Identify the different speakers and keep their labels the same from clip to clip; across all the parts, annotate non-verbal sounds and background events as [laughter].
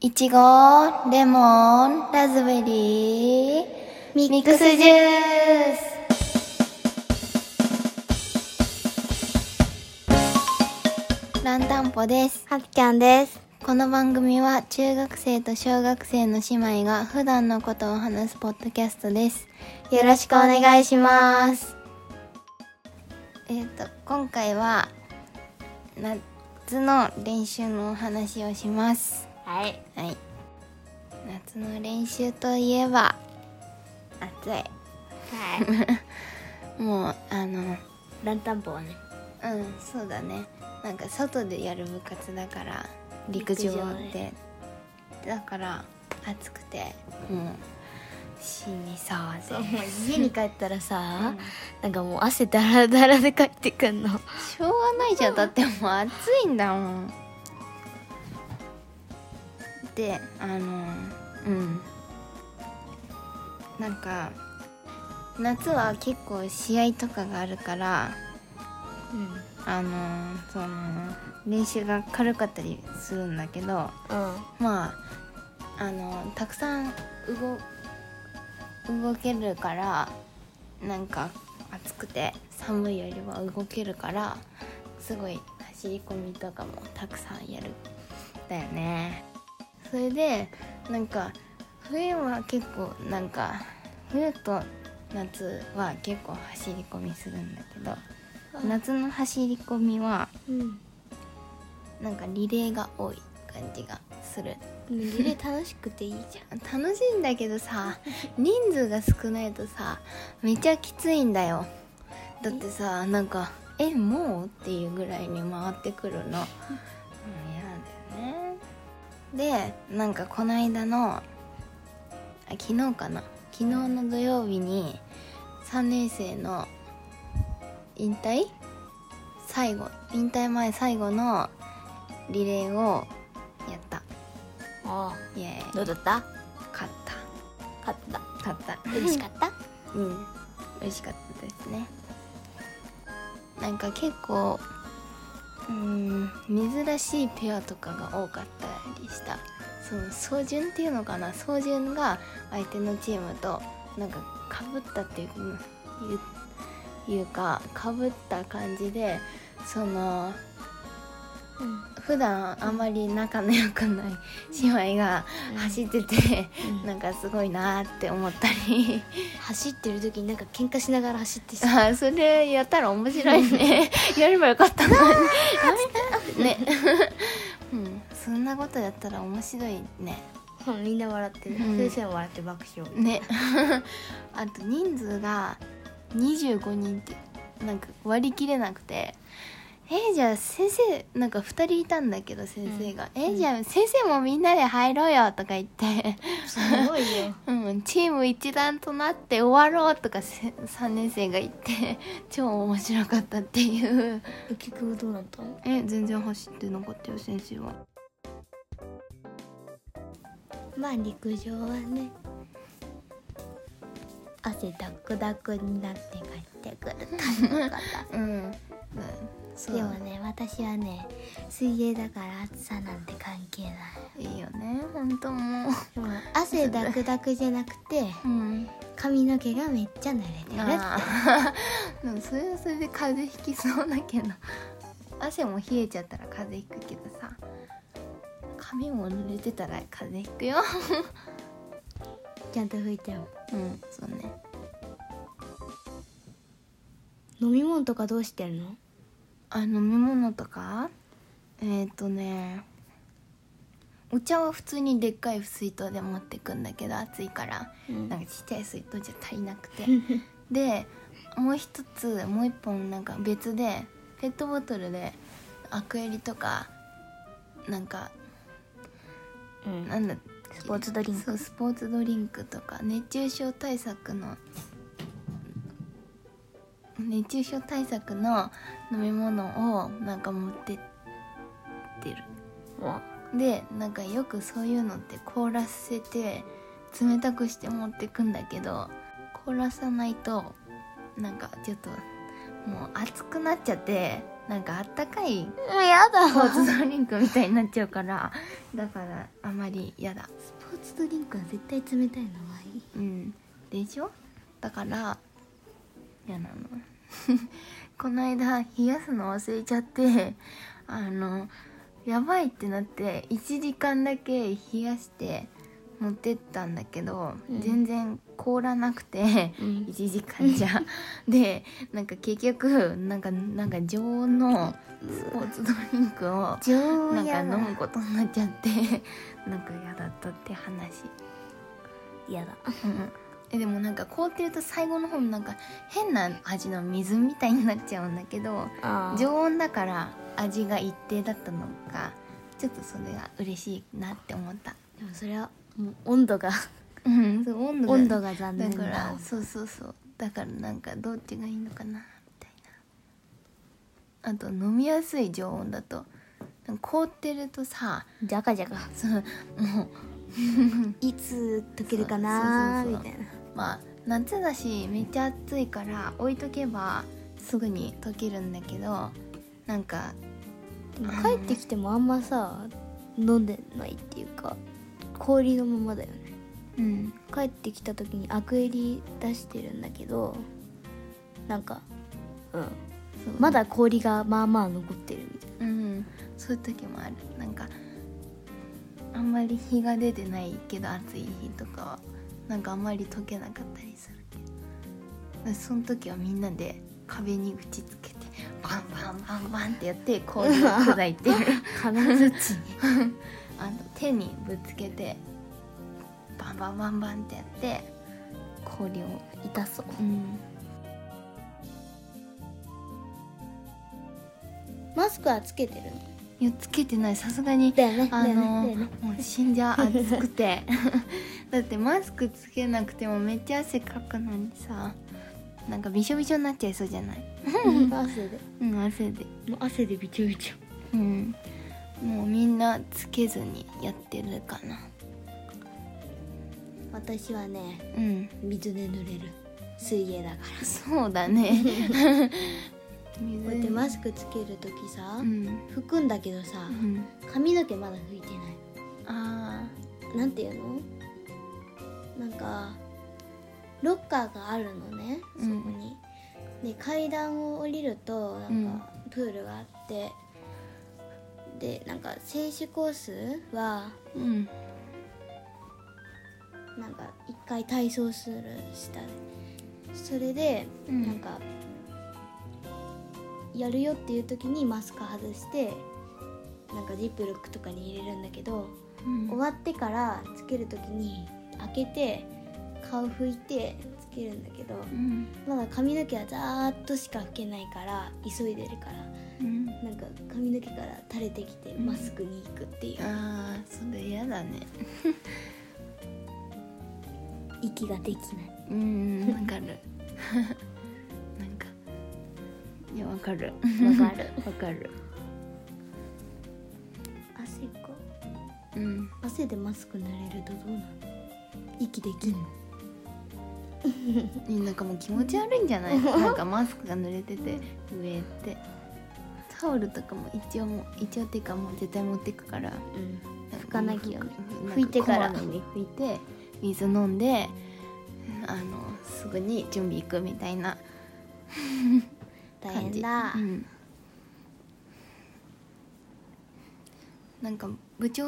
Speaker 1: いちご、レモン、ラズベリー、ミックスジュース。ランタンポです。
Speaker 2: はっちゃんです。
Speaker 1: この番組は中学生と小学生の姉妹が普段のことを話すポッドキャストです。
Speaker 2: よろしくお願いします。
Speaker 1: えっ、と、今回は夏の練習のお話をします。
Speaker 2: はい。
Speaker 1: はい。夏の練習といえば、暑い。
Speaker 2: はい。
Speaker 1: もうあの
Speaker 2: ランタンポはね。
Speaker 1: うんそうだねなんか外でやる部活だから陸上
Speaker 2: 陸上
Speaker 1: って、だから暑くてもう死にそうで
Speaker 2: 家に帰ったらさ、なんかもう汗だらだらで帰ってくんの。
Speaker 1: しょうがないじゃんだってもう暑いんだもんであのうんなんか夏は結構試合とかがあるから
Speaker 2: うん。うん。
Speaker 1: あのーその練習が軽かったりするんだけどまああのーたくさん動動けるからなんか暑くて寒いよりは動けるからすごい走り込みとかもたくさんやるだよねそれでなんか冬は結構なんか冬と夏は結構走り込みするんだけど夏の走り込みは
Speaker 2: うん。
Speaker 1: なんかリレーが多い感じがする
Speaker 2: リレー楽しくていいじ
Speaker 1: 楽しいんだけどさ人数が少ないとさめちゃきついんだよだってさなんか「えもう?」っていうぐらいに回ってくるの、うん、嫌なんだよねでなんかこの間のあ昨日かな昨日の土曜日に3年生の引退最後引退前最後のリレーをやった
Speaker 2: ゃん。あ
Speaker 1: イエーイ
Speaker 2: あ。どうだった
Speaker 1: 勝った
Speaker 2: 勝った。
Speaker 1: 勝った
Speaker 2: 嬉しかった
Speaker 1: うん美味しかったですねなんか結構うん珍しいペアとかが多かったりしたその操縦っていうのかな操縦が相手のチームとなんかかぶったっていういういうかかぶった感じでその
Speaker 2: うん。
Speaker 1: 普段あんまり仲の良くない姉妹が走ってて、
Speaker 2: うん
Speaker 1: なんかすごいなーって思ったり。
Speaker 2: 走ってる時になんか喧嘩しながら走ってさ。
Speaker 1: あーそれやったら面白いねやればよかったなねうんそんなことやったら面白いね
Speaker 2: うん [laughs] みんな笑ってる。
Speaker 1: うん
Speaker 2: 先生も笑って爆笑。
Speaker 1: ね [laughs] あと人数が25人ってなんか割り切れなくてえーじゃあ先生なんか2人いたんだけど先生が、えーじゃあ先生もみんなで入ろうよとか言って
Speaker 2: すごい [laughs] よ。
Speaker 1: うん、チーム一団となって終わろうとかせ3年生が言って超面白かったっていう
Speaker 2: 結局どうなったの
Speaker 1: え全然走ってなかったよ先生は
Speaker 2: まあ陸上はね汗ダクダクになって帰ってくる楽しかっ [laughs]
Speaker 1: うん、うん、そ
Speaker 2: た
Speaker 1: う
Speaker 2: でもね私はね水泳だから暑さなんて関係ない
Speaker 1: いいよね本当もう
Speaker 2: でも汗ダクダクじゃなくて
Speaker 1: うん
Speaker 2: 髪の毛がめっちゃ濡れてる
Speaker 1: あー [laughs] でもそれはそれで風邪ひきそうだけど [laughs] 汗も冷えちゃったら風邪ひくけどさ髪も濡れてたら風邪ひくよ
Speaker 2: ちゃんと拭いても
Speaker 1: [laughs] うんそうね
Speaker 2: 飲み物とかどうしてるの
Speaker 1: あ飲み物とかえーっ、とねお茶は普通にでっかい水筒で持ってくんだけど暑いから、
Speaker 2: うん
Speaker 1: なんかちっちゃい水筒じゃ足りなくてでもう一つもう一本なんか別でペットボトルでアクエリとかなんか
Speaker 2: うん
Speaker 1: なんだっけ
Speaker 2: スポーツドリンク
Speaker 1: そうスポーツドリンクとか熱中症対策の熱中症対策の飲み物をなんか持ってってるでなんかよくそういうのって凍らせて冷たくして持ってくんだけど凍らさないとなんかちょっともう熱くなっちゃってなんかあったかい
Speaker 2: うんやだ
Speaker 1: スポーツドリンクみたいになっちゃうからだからあまり嫌だ
Speaker 2: スポーツドリンクは絶対冷たいのがいい
Speaker 1: うんでしょだから嫌なの [laughs] この間冷やすの忘れちゃってあのやばいってなって1時間だけ冷やして持ってったんだけど、
Speaker 2: うん
Speaker 1: 全然凍らなくて、
Speaker 2: うん
Speaker 1: 1時間じゃでなんか結局なんかなんか常温のスポーツドリンクを
Speaker 2: 常
Speaker 1: なん
Speaker 2: 温
Speaker 1: か
Speaker 2: やだ
Speaker 1: 飲むことになっちゃってなんか嫌だったって話
Speaker 2: やだ
Speaker 1: うんえでもなんか凍ってると最後の方もなんか変な味の水みたいになっちゃうんだけど
Speaker 2: あ
Speaker 1: 常温だから味が一定だったのがちょっとそれが嬉しいなって思った
Speaker 2: でもそれはもう温度が
Speaker 1: うんそう温度が
Speaker 2: 温度が残念
Speaker 1: だ
Speaker 2: だ
Speaker 1: からそうそうそうだからなんかどっちがいいのかなみたいなあと飲みやすい常温だとなんか凍ってるとさ
Speaker 2: じゃかじゃか
Speaker 1: そのもう
Speaker 2: いつ溶けるかな
Speaker 1: そうそうそう
Speaker 2: みたいな
Speaker 1: まあ夏だしめっちゃ暑いから置いとけばすぐに溶けるんだけどなんか
Speaker 2: でも帰ってきてもあんまさ飲んでないっていうか氷のままだよね
Speaker 1: うん
Speaker 2: 帰ってきた時にアクエリ出してるんだけどなんかうん
Speaker 1: そう
Speaker 2: まだ氷がまあまあ残ってるみたい
Speaker 1: うんそういう時もあるなんかあんまり日が出てないけど暑い日とかはなんかあんまり溶けなかったりするけどでその時はみんなで壁に打ちつけてバンバンバンバンってやって氷を砕いてる
Speaker 2: な金づ [laughs] ち
Speaker 1: あの手にぶつけてバンバンバンバンってやって氷を
Speaker 2: 痛そう
Speaker 1: うん
Speaker 2: マスクはつけてるの
Speaker 1: いやつけてないさすがに
Speaker 2: だよね
Speaker 1: あの
Speaker 2: だよね
Speaker 1: もう死んじゃ
Speaker 2: [laughs]
Speaker 1: う暑くてだってマスクつけなくてもめっちゃ汗かくのにさなんかびしょびしょになっちゃいそうじゃない
Speaker 2: 汗で
Speaker 1: うん汗で
Speaker 2: もう汗でびちょびちょ
Speaker 1: うんもうみんなつけずにやってるかな
Speaker 2: 私はね
Speaker 1: うん
Speaker 2: 水で濡れる水泳だか
Speaker 1: そうだね
Speaker 2: [laughs]
Speaker 1: 水
Speaker 2: らこうやってマスクつける時さ、
Speaker 1: うん、
Speaker 2: 拭くんだけどさ
Speaker 1: うん、
Speaker 2: 髪の毛まだ拭いてない
Speaker 1: あ
Speaker 2: なんていうのなんかロッカーがあるのねそこに、で階段を降りるとなんかプールがあって、でなんか選手コースは
Speaker 1: ーうん
Speaker 2: なんか一回体操するしたそれで、
Speaker 1: うん
Speaker 2: なんかやるよっていう時にマスク外してなんかジップロックとかに入れるんだけど
Speaker 1: うん
Speaker 2: 終わってからつける時に開けて顔拭いてつけるんだけど
Speaker 1: うん
Speaker 2: まだ髪の毛はざーっとしか拭けないから急いでるから
Speaker 1: うん
Speaker 2: なんか髪の毛から垂れてきて
Speaker 1: ん
Speaker 2: マスクに行くっていう
Speaker 1: あーそれ嫌だね
Speaker 2: 息ができない
Speaker 1: うんわかるなんかいやわかる
Speaker 2: わかる
Speaker 1: わかる
Speaker 2: 汗か
Speaker 1: うん
Speaker 2: 汗でマスク濡れるとどうなの息できんの
Speaker 1: なんかもう気持ち悪いんじゃ
Speaker 2: [laughs]
Speaker 1: ないなんかマスクが濡れてて上ってタオルとかも一応もう一応っていうかもう絶対持ってくから
Speaker 2: うん
Speaker 1: 拭
Speaker 2: かなきゃね
Speaker 1: ん
Speaker 2: 拭いてから
Speaker 1: こまめに拭いて水飲んであのすぐに準備行くみたいな
Speaker 2: 大
Speaker 1: 感じ
Speaker 2: 変だ
Speaker 1: うんなんか部長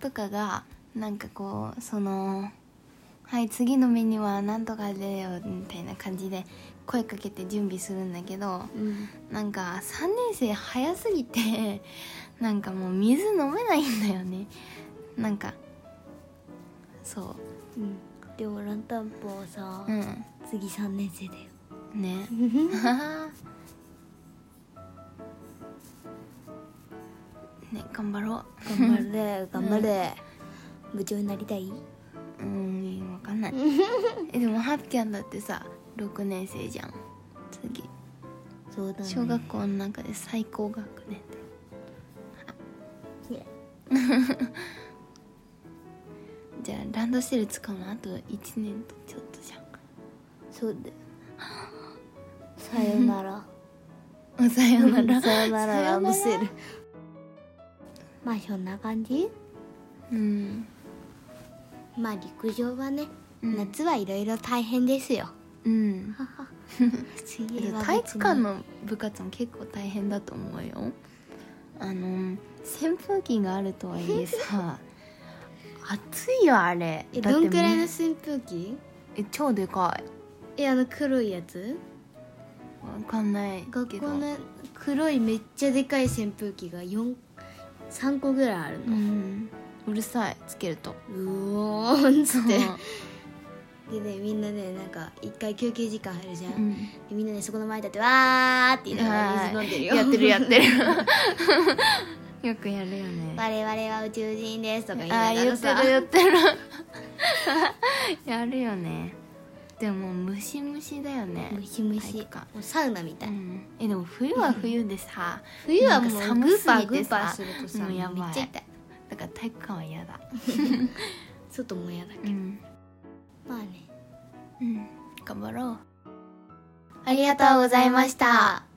Speaker 1: とかがなんかこうその「はい次のメニューはなんとかでよ」みたいな感じで声かけて準備するんだけど
Speaker 2: うん
Speaker 1: なんか3年生早すぎて [laughs] なんかもう水飲めないんだよねなんかそ
Speaker 2: うんでもランタンポーさ
Speaker 1: ううん
Speaker 2: 次3年生だよ
Speaker 1: ね
Speaker 2: [laughs]
Speaker 1: ね頑張ろ
Speaker 2: 頑張 [laughs] れ頑張れ、部長になりたい、
Speaker 1: ううんわかんないえでもハッキャンだってさ6年生じゃん次
Speaker 2: そうだね
Speaker 1: 小学校の中で最高学年
Speaker 2: いや
Speaker 1: [laughs] じゃあランドセル使うのあと1年とちょっ
Speaker 2: [laughs]
Speaker 1: とじゃん
Speaker 2: そうだよさよなら
Speaker 1: うんさよなら
Speaker 2: さよならランドセ
Speaker 1: さよ
Speaker 2: ルまあそんな感じ
Speaker 1: うん
Speaker 2: まあ陸上はね、
Speaker 1: うん
Speaker 2: 夏はいろいろ大変です [laughs] よ
Speaker 1: うん
Speaker 2: 水
Speaker 1: け
Speaker 2: 泳
Speaker 1: ど
Speaker 2: は
Speaker 1: 体育館の部活も結構大変だと思うよあの扇風機があるとはいえ
Speaker 2: [laughs]
Speaker 1: さ暑いよあれ
Speaker 2: え
Speaker 1: だっ
Speaker 2: ど
Speaker 1: て
Speaker 2: んくらいの
Speaker 1: もう
Speaker 2: 扇風機
Speaker 1: え超でかい
Speaker 2: えあの黒いやつ
Speaker 1: わかんないけど
Speaker 2: 学校の黒いめっちゃでかい扇風機が4 3個ぐらいある
Speaker 1: う
Speaker 2: の、
Speaker 1: んうるさいつける
Speaker 2: [laughs]
Speaker 1: と
Speaker 2: うおーんっつって
Speaker 1: う
Speaker 2: でねみんなねなんか一回休憩時間入るじゃん、
Speaker 1: ん
Speaker 2: でみんなねそこの前立ってわーって言いながら水飲んでるよ
Speaker 1: やってるやってるよくやるよね
Speaker 2: [laughs] 我々は宇宙人ですとか言い
Speaker 1: あ
Speaker 2: なが
Speaker 1: 言
Speaker 2: ら
Speaker 1: っ
Speaker 2: さ
Speaker 1: てる言ってる
Speaker 2: [laughs]
Speaker 1: やるよねでもムシムシだよね
Speaker 2: ムシム
Speaker 1: 体
Speaker 2: シ
Speaker 1: 育館
Speaker 2: もうサウナみた
Speaker 1: う
Speaker 2: い、
Speaker 1: ん、えでも冬は冬でさ
Speaker 2: 冬はもう
Speaker 1: なんか
Speaker 2: グ
Speaker 1: 寒す
Speaker 2: ーパー
Speaker 1: ぎ
Speaker 2: グ
Speaker 1: て
Speaker 2: ーパー
Speaker 1: さ
Speaker 2: するとさ
Speaker 1: もうやばい
Speaker 2: めっちゃ痛い
Speaker 1: だから体育館は嫌だ
Speaker 2: 外も嫌だけ
Speaker 1: う
Speaker 2: ど、
Speaker 1: ん、
Speaker 2: まあね
Speaker 1: うん、頑張ろう
Speaker 2: ありがとうございました